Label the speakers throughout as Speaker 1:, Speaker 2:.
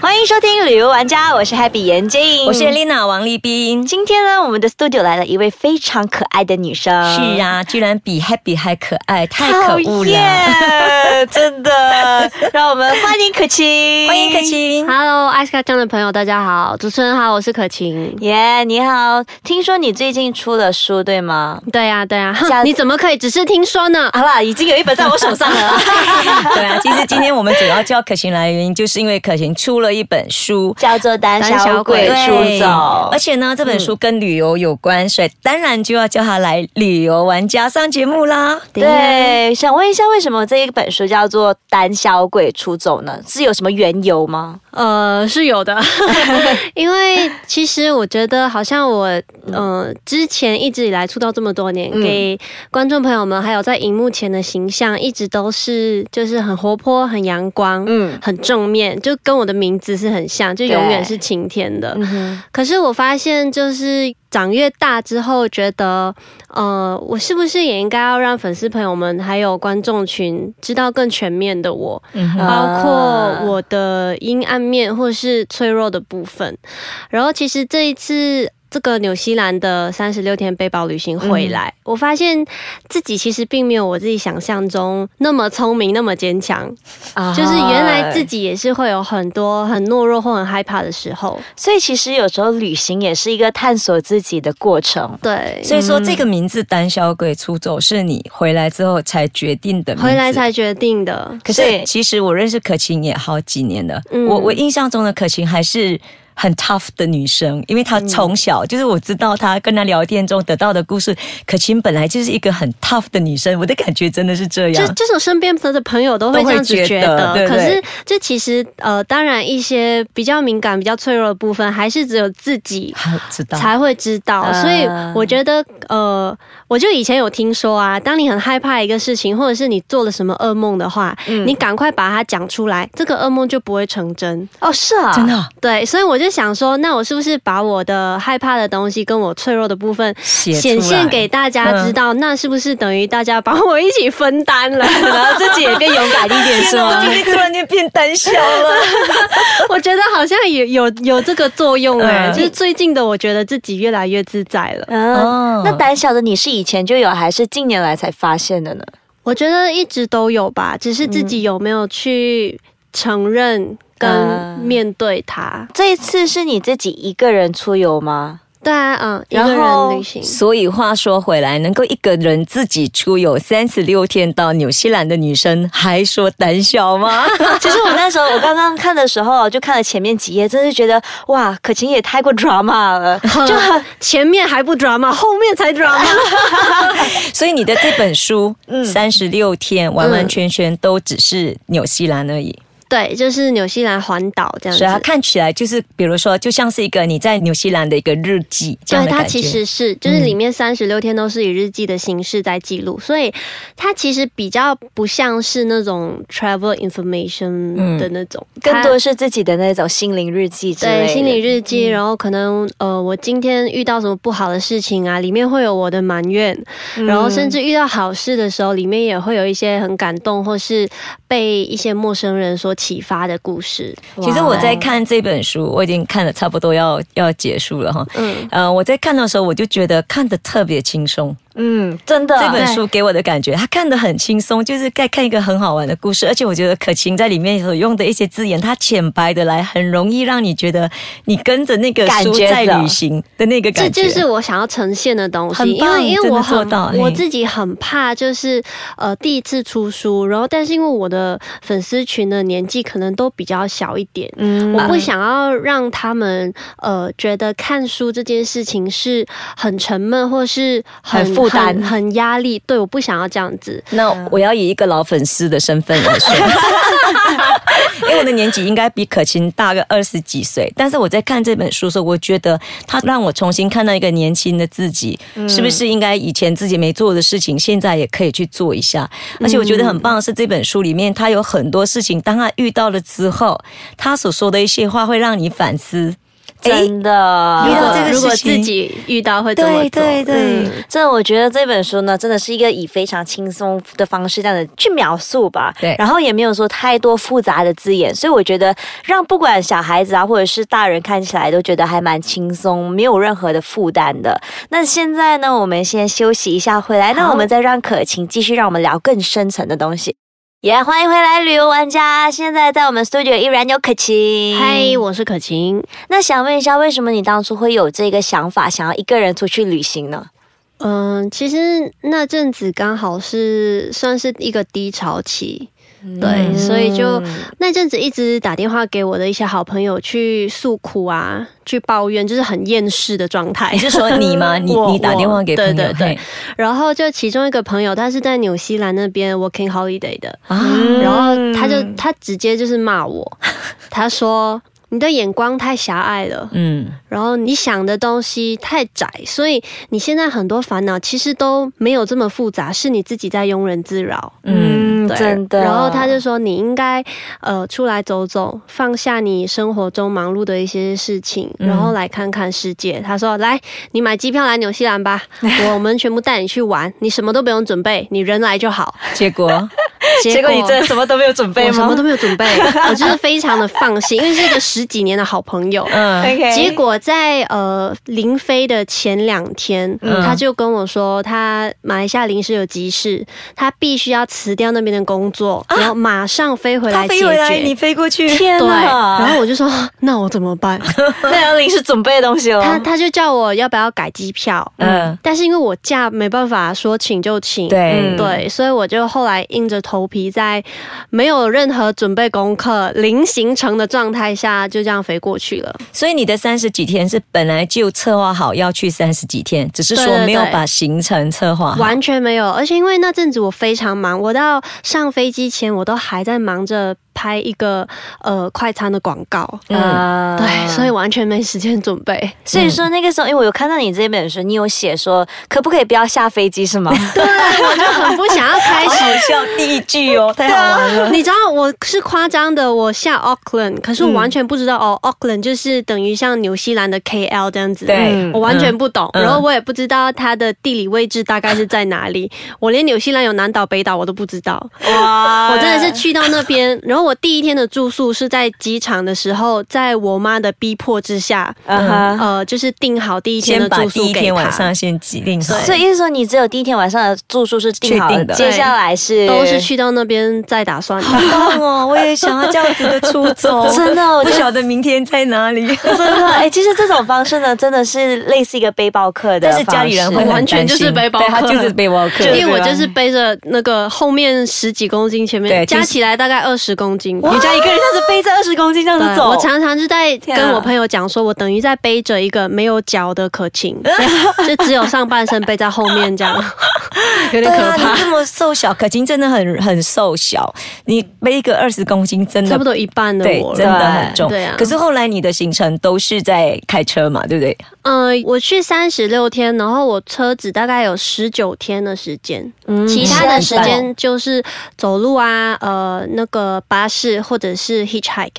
Speaker 1: 欢迎收听《旅游玩家》，我是 Happy 严静，
Speaker 2: 嗯
Speaker 3: 我是 Lina 王立斌。
Speaker 1: 今天呢，我们的 studio 来了一位非常可爱的女
Speaker 2: 呃
Speaker 1: 生。
Speaker 3: 是，啊，居然比 Happy 还可爱，太可
Speaker 1: 讨
Speaker 3: 恶了！
Speaker 1: 厌，真的。让我们欢迎可晴，
Speaker 3: 欢迎可。 晴，
Speaker 2: Hello，艾斯卡酱的朋友，大家好，主持人好，我是可晴。
Speaker 1: 耶你好！听说你最近出了书，对吗？
Speaker 2: 对呀、对呀、
Speaker 1: 下
Speaker 2: 哼你怎么可以只是听说呢？
Speaker 1: 好啦，已经有一本在我手上了。
Speaker 3: 对啊，其实今天我们主要叫可晴来的原因，就是因为可晴出了一本书。
Speaker 1: 叫做《胆小鬼
Speaker 3: 对
Speaker 1: 出走
Speaker 3: 而》，且呢，这本书跟旅游有关，所以当然就要叫他来旅游玩家上节目
Speaker 2: 嗯
Speaker 3: 啦。
Speaker 1: 对，想问一下，为什么这一本书叫做《胆小鬼出走》呢？是有什么缘由吗？
Speaker 2: 呃，是 有的，因为其实我觉得好像我呃之前一直以来出道这么多年，
Speaker 1: 嗯
Speaker 2: 给观众朋友们还有在荧幕前的形象，一直都是就是很活泼、很阳光、
Speaker 1: 嗯
Speaker 2: 很正面，就跟我的名字是很像，就永远
Speaker 1: 对
Speaker 2: 是晴天的。
Speaker 1: 嗯哼，
Speaker 2: 可是我发现，就是长越大之后，觉得，呃，我是不是也应该要让粉丝朋友们还有观众群知道更全面的我，
Speaker 3: 嗯哼，
Speaker 2: 包
Speaker 1: 啊
Speaker 2: 括我的阴暗面或是脆弱的部分。然后，其实这一次。这个纽西兰的三十六天背包旅行回来，
Speaker 3: 嗯
Speaker 2: 我发现自己其实并没有我自己想象中那么聪明、那么坚强。
Speaker 3: 啊
Speaker 2: 就是原来自
Speaker 1: 己，
Speaker 2: 己也是会有很多很懦弱或很害怕的时候。
Speaker 1: 所以其实有时候旅行也是一个探索自己的过程。
Speaker 2: 对，
Speaker 3: 所以说这个名字“胆小鬼出走”是你回来之后才决定的名字。
Speaker 2: 回来才决定的。
Speaker 3: 可
Speaker 1: 对
Speaker 3: 是其实我认识可晴也好几年了，
Speaker 2: 嗯
Speaker 3: 我我印象中的可晴还是。很 tough 的女生，因为她从小、就是我知道她跟她聊天中得到的故事，可晴本来就是一个很 tough 的女生，我的感觉真的是这
Speaker 2: 就
Speaker 3: 样。
Speaker 2: 就是我身边的朋友都会这样子觉
Speaker 3: 都会觉
Speaker 2: 得，
Speaker 3: 得对
Speaker 2: 可
Speaker 3: 对
Speaker 2: 是这其实呃，当然一些比较敏感、比较脆弱的部分，还是只有自己
Speaker 3: 好，知道。呃
Speaker 2: 才会知道。
Speaker 1: 啊
Speaker 2: 所以我觉得呃，我就以前有听说啊，当你很害怕一个事情，或者是你做了什么噩梦的话，
Speaker 3: 嗯
Speaker 2: 你赶快把它讲出来，这个噩梦就不会成真。
Speaker 1: 哦，是啊，
Speaker 3: 真 的啊
Speaker 2: 对，所以我就想说，那我是不是把我的害怕的东西跟我脆弱的部分
Speaker 3: 写出来嗯
Speaker 2: 显现给大家知道，那是不是等于大家把我一起分担 了？然后自己也变勇敢一点，
Speaker 3: 天哪 我今天突然间变胆小了。
Speaker 2: 我觉得好像有有有这个作用哎、
Speaker 3: 嗯
Speaker 2: 就是最近的，我觉得自己越来越自在了。
Speaker 1: 嗯。
Speaker 3: 哦
Speaker 1: 那胆小的你是以前就有，还是近年来才发现的呢？
Speaker 2: 我觉得一直都有吧，只是自己有没有去承认跟
Speaker 1: 嗯
Speaker 2: 面对它。
Speaker 1: 这一次是你自己一个人出游吗？
Speaker 2: 对啊，嗯，一
Speaker 1: 然
Speaker 2: 个
Speaker 1: 后
Speaker 2: 人旅行。
Speaker 3: 所以话说回来，能够一个人自己出游三十六天到纽西兰的女生，还说胆小吗？
Speaker 1: 其实我那时候，我刚刚看的时候，就看了前面几页，真是觉得哇，可晴也太过 drama 了，就
Speaker 2: 就前面还不 drama，后面才 drama。
Speaker 3: 所以你的这本书
Speaker 2: 嗯
Speaker 3: 三十六天完完全全都只是纽西兰而已，
Speaker 2: 对，就是纽西兰环岛这样
Speaker 3: 所以它
Speaker 2: 子。
Speaker 3: 看起来就是，比如说，就像是一个你在纽西兰的一个日记这样
Speaker 2: 对，
Speaker 3: 的
Speaker 2: 它
Speaker 3: 感觉。嗯
Speaker 2: 其实是就是里面三十六天都是以日记的形式在记录，所以它其实比较不像是那种 travel information
Speaker 3: 嗯
Speaker 2: 的那种，
Speaker 1: 更多
Speaker 2: 它
Speaker 1: 是自己的那种心灵日记之类的。
Speaker 2: 对心理日记，然后可能
Speaker 3: 嗯
Speaker 2: 呃我今天遇到什么不好的事情啊，里面会有我的埋怨，
Speaker 3: 嗯
Speaker 2: 然后甚至遇到好事的时候，里面也会有一些很感动或是被一些陌生人所启发的故事。
Speaker 3: 其实我在看这本书，我已经看了差不多要要结束了哈。
Speaker 2: 嗯，
Speaker 3: 呃，我在看的时候，我就觉得看得特别轻松。
Speaker 1: 嗯，真的
Speaker 3: 这本书给我的感觉，他看得很轻松，就是在看一个很好玩的故事。而且我觉得可晴在里面所用的一些字眼，它浅白的来，很容易让你觉得你跟着那个
Speaker 1: 感
Speaker 3: 书
Speaker 1: 觉
Speaker 3: 在
Speaker 1: 走
Speaker 3: 旅行的那个
Speaker 2: 这
Speaker 3: 感觉。
Speaker 2: 就是我想要呈现的东西，
Speaker 3: 很
Speaker 2: 因
Speaker 3: 棒
Speaker 2: 为因为
Speaker 3: 真的
Speaker 2: 我
Speaker 3: 做到
Speaker 2: 很我
Speaker 3: 嘿
Speaker 2: 自己很怕，就是呃第一次出书，然后但是因为我的粉丝群的年纪可能都比较小一点，
Speaker 1: 嗯
Speaker 2: 我不想要让他们呃觉得看书这件事情是很沉闷或是
Speaker 1: 很负担
Speaker 2: 很很压力。对，我不想要这样子。
Speaker 3: 那我要以一个老粉丝的身份来说， 因为我的年纪应该比可晴大个二十几岁，但是我在看这本书的时候，我觉得它让我重新看到一个年轻的自己，
Speaker 2: 嗯
Speaker 3: 是不是应该以前自己没做的事情，现在也可以去做一下？
Speaker 2: 嗯
Speaker 3: 而且我觉得很棒的是，这本书里面它有很多事情，当他遇到了之后，他所说的一些话会让你反思。
Speaker 1: 真的。
Speaker 3: 遇
Speaker 2: 如
Speaker 3: 到
Speaker 2: 果
Speaker 3: 啊这个
Speaker 2: 如果
Speaker 3: 事情
Speaker 2: 自己遇到会怎么
Speaker 3: 对
Speaker 2: 做？
Speaker 3: 对对，
Speaker 1: 嗯这我觉得这本书呢，真的是一个以非常轻松的方式这样的去描述吧。
Speaker 3: 对
Speaker 1: 然后也没有说太多复杂的字眼，所以我觉得让不管小孩子啊，或者是大人看起来都觉得还蛮轻松，没有任何的负担的。那现在呢，我们先休息一下，回来那我们再让可晴继续让我们聊更深层的东西。也、欢迎回来，旅游玩家。现在在我们 studio 依然有可晴。
Speaker 2: 嗨，我是可晴。
Speaker 1: 那想问一下，为什么你当初会有这个想法，想要一个人出去旅行呢？
Speaker 2: 嗯，其实那阵子刚好是算是一个低潮期，
Speaker 3: 嗯
Speaker 2: 对，所以就那阵子一直打电话给我的一些好朋友去诉苦啊，去抱怨，就是很厌世的状态
Speaker 3: 你。是说你 吗？你
Speaker 2: 我
Speaker 3: 你打电话给
Speaker 2: 我
Speaker 3: 朋友？
Speaker 2: 对对对
Speaker 3: 嘿
Speaker 2: 然后就其中一个朋友，他是在纽西兰那边 working holiday 的，
Speaker 3: 啊，
Speaker 2: 然后他就他直接就是骂我，他说你的眼光太狭隘了，
Speaker 3: 嗯，
Speaker 2: 然后你想的东西太窄，所以你现在很多烦恼其实都没有这么复杂，是你自己在庸人自扰。
Speaker 1: 嗯，
Speaker 2: 对
Speaker 1: 真的。
Speaker 2: 然后他就说你应该呃出来走走，放下你生活中忙碌的一些事情，
Speaker 1: 嗯
Speaker 2: 然后来看看世界。他说来，你买机票来纽西 兰吧，我们全部带你去玩，你什么都不用准备，你人来 就好。
Speaker 3: 结果
Speaker 2: 结果
Speaker 1: 的什么都没有准
Speaker 2: 我什么都没有准备，我就是非常的放心，因为是一个十几年的好朋友。
Speaker 3: 嗯，
Speaker 4: OK，
Speaker 2: 结果在呃临飞的前两天，
Speaker 3: 嗯
Speaker 2: 他就跟我说，他马来西亚临时有急事，他必须要辞掉那边的工作，然后马上飞回来解决。
Speaker 3: 飞过去
Speaker 1: 天
Speaker 2: 对，然
Speaker 1: 哪！
Speaker 2: 后我就说，那我怎么办？
Speaker 1: 那要临时准备的东西
Speaker 2: 他
Speaker 1: 了。
Speaker 2: 他就叫我要不要改机票，
Speaker 3: 嗯，
Speaker 2: 但是因为我假没办法说请就请，
Speaker 3: 对
Speaker 1: 嗯
Speaker 2: 对，所以我就后来硬着头皮，在没有任何准备功课、零行程的状态下，就这样飞过去了。
Speaker 3: 所以你的三十几天是本来就策划好要去三十几天，只是
Speaker 2: 对
Speaker 3: 说
Speaker 2: 对
Speaker 3: 没有
Speaker 2: 对
Speaker 3: 把行程策划好。
Speaker 2: 完全没有，而且因为那阵子我非常忙，我到上飞机前我都还在忙着拍一个呃快餐的广告，
Speaker 3: 嗯，
Speaker 1: 啊
Speaker 2: 对，所以完全没时间准备。
Speaker 1: 所以说那个时候，因为我有看到你这本书，你有写说可不可以不要下飞机是 吗？
Speaker 2: 对，我就很不想要开始。
Speaker 3: 好笑第一句 哦，太好玩了。
Speaker 2: 你知道我是夸张的，我下 Auckland，可是我完全不知道、
Speaker 3: 嗯
Speaker 2: 哦，Auckland 就是等于像纽西兰的 KL 这样子，
Speaker 3: 对
Speaker 2: 我完全不懂，
Speaker 3: 嗯
Speaker 2: 然后我也不知道它的地理位置大概是在哪里，我连纽西兰有南岛北岛我都不知道，
Speaker 3: 嗯
Speaker 1: 哇
Speaker 2: 我真
Speaker 3: 哎
Speaker 2: 的是去到那边，然后我第一天的住宿是在机场的时候，在我妈的逼迫之下，
Speaker 1: 啊
Speaker 3: 哦
Speaker 1: 哈。
Speaker 2: 呃，就是订好第一天
Speaker 3: 先
Speaker 2: 的
Speaker 3: 把
Speaker 2: 住
Speaker 3: 第
Speaker 2: 宿
Speaker 3: 一
Speaker 2: 给
Speaker 3: 天晚
Speaker 2: 她
Speaker 3: 上，先指定好。
Speaker 1: 所以意思说，你只有第一天晚上的住宿是定好
Speaker 3: 确
Speaker 1: 的，
Speaker 3: 定的
Speaker 1: 接下来是
Speaker 2: 都是去到那边再 打算的。
Speaker 3: 棒哦，我也想要这样子的出走
Speaker 1: 真的，我
Speaker 3: 不
Speaker 1: 觉得
Speaker 3: 晓得明天在哪里。
Speaker 1: 真的，哎，其实这种方式呢，真的是类似一个背包客的方式，
Speaker 3: 但是家里人会很
Speaker 2: 完全
Speaker 3: 担
Speaker 2: 就是
Speaker 3: 心
Speaker 2: 背包
Speaker 3: 对他
Speaker 2: 客
Speaker 3: 就是背包客，
Speaker 2: 因为我就是背着那个后面十几公斤，前面
Speaker 3: 对
Speaker 2: 加起来大概二十公斤吧。
Speaker 1: 你家一个人这样子背着二十公斤这样子
Speaker 2: 对
Speaker 1: 走，
Speaker 2: 我常常是在
Speaker 1: 天啊
Speaker 2: 跟我朋友讲，说我等于在背着一个没有脚的可 晴，就只有上半身背在后面这样，有点
Speaker 3: 对
Speaker 2: 可
Speaker 3: 啊，
Speaker 2: 怕
Speaker 3: 你，这么瘦小，可晴真的很很瘦小，你背一个二十公斤真
Speaker 2: 差
Speaker 3: 的
Speaker 2: 不。多一半的
Speaker 3: 对
Speaker 2: 我，了。
Speaker 3: 真的很重。
Speaker 2: 对啊
Speaker 3: 可是后来你的行程都是在开车嘛，对不对？
Speaker 2: 嗯，我去三十六天，然后我车子大概有十九天的时间，
Speaker 1: 嗯
Speaker 2: 其他的时间就是走路啊，呃，那个巴士或者是 hitchhike。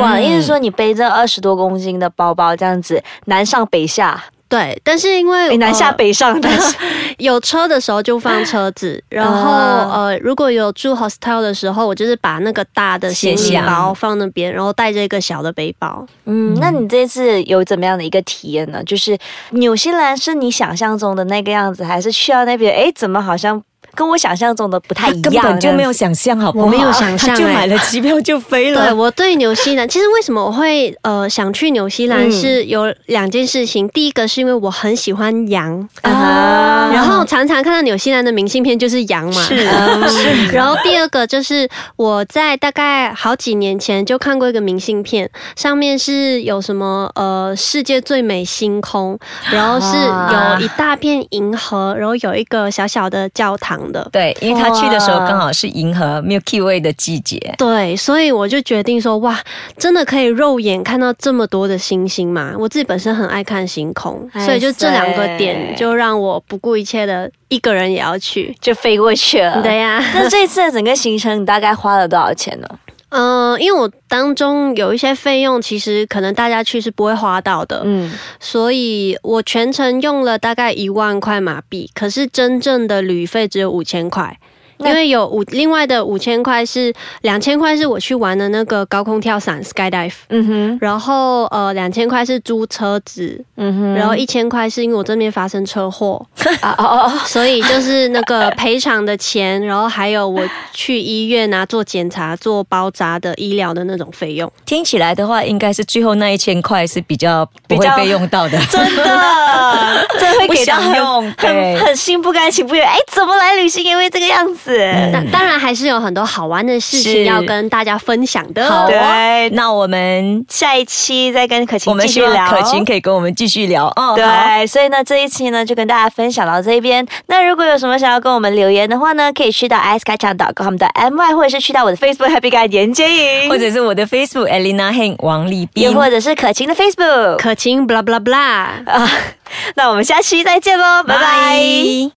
Speaker 1: 哇，意思
Speaker 3: 思
Speaker 1: 说你背着二十多公斤的包包这样子，南上北下，
Speaker 2: 对，但是因为、
Speaker 1: 诶南下
Speaker 2: 呃
Speaker 1: 北上，但是
Speaker 2: 有车的时候就放车 子，然后
Speaker 1: 啊
Speaker 2: 呃，如果有住 hostel 的时候，我就是把那个大的行
Speaker 3: 卸
Speaker 2: 李
Speaker 3: 下
Speaker 2: 包放那边，然后带着一个小的背包。
Speaker 1: 嗯，那你这次有怎么样的一个体验呢？就是纽西兰是你想象中的那个样子，还是去到那边，哎，怎么好像跟我想象中的不太一样？
Speaker 3: 根本就没有
Speaker 1: 这样子
Speaker 3: 想象，好不好？
Speaker 2: 我没有想 象
Speaker 3: 他就
Speaker 2: 哎
Speaker 3: 买了机票就飞
Speaker 2: 对
Speaker 3: 了。
Speaker 2: 我对纽 西兰，其实为什么我会呃想去纽西
Speaker 3: 嗯
Speaker 2: 兰是有两件事情，第一个是因为我很喜欢羊，呃
Speaker 1: 啊
Speaker 2: 然后常常看到纽西兰的明信片就是羊嘛，
Speaker 3: 是
Speaker 2: 嗯 然后第二个就是我在大概好几年前就看过一个明信片，上面是有什么呃世界最美星空，然后是
Speaker 1: 啊
Speaker 2: 有一大片银河，然后有一个小小的教堂的。
Speaker 3: 对，因为他
Speaker 1: 哇
Speaker 3: 去的时候刚好是银河 Milky Way 的季节。
Speaker 2: 对，所以我就决定说，哇，真的可以肉眼看到这么多的星星吗？我自己本身很爱看星空，
Speaker 1: 哎
Speaker 2: 所以就这两个
Speaker 1: 塞
Speaker 2: 点就让我不顾一切的一个人也要去。
Speaker 1: 就飞过去了。
Speaker 2: 对。呀、
Speaker 1: 那这次的整个行程你大概花了多少钱呢？
Speaker 2: 嗯、因为我当中有一些费用，其实可能大家去是不会花到的，
Speaker 1: 嗯，
Speaker 2: 所以我全程用了大概一万块马币，可是真正的旅费只有五千块。因为有五，另外的五千块是两千块是我去玩的那个高空跳伞 skydive，
Speaker 1: 嗯哼，
Speaker 2: 然后呃两千块是租车子，
Speaker 1: 嗯哼，
Speaker 2: 然后一千块是因为我这边发生车祸，
Speaker 1: 啊哦哦 哦，
Speaker 2: 所以就是那个赔偿的钱，然后还有我去医院啊做检查、做包扎的医疗的那种费用。
Speaker 3: 听起来的话，应该是最后那一千块是比较不
Speaker 1: 比
Speaker 3: 会
Speaker 1: 较
Speaker 3: 被用 到的。
Speaker 1: 真的，这会给到
Speaker 3: 不想用
Speaker 1: 很
Speaker 3: 对
Speaker 1: 很很心不甘情不愿。哎，怎么来旅行也会这个样子？
Speaker 3: 嗯
Speaker 2: 但当然还是有很多好玩的事
Speaker 3: 是
Speaker 2: 情要跟大家分享的。
Speaker 3: 好
Speaker 1: 对
Speaker 3: 啊，那我们
Speaker 1: 下一期再跟可
Speaker 3: 我
Speaker 1: 晴
Speaker 3: 们
Speaker 1: 继
Speaker 3: 希
Speaker 1: 续
Speaker 3: 望
Speaker 1: 聊。
Speaker 3: 可晴可以跟我们继续聊哦。好
Speaker 1: 对，所以呢，这一期呢就跟大家分享到这边。那如果有什么想要跟我们留言的话呢，可以去到 i c e k a c h a n com 的 my，或者是去到我的 Facebook Happy Guy 严洁莹，
Speaker 3: 或者是我的 Facebook Elena Heng 王立
Speaker 1: 也
Speaker 3: 斌，
Speaker 1: 或者是可晴的 Facebook 啊
Speaker 2: 可晴，blah blah blah。
Speaker 1: 啊。那我们下期再见喽，拜拜。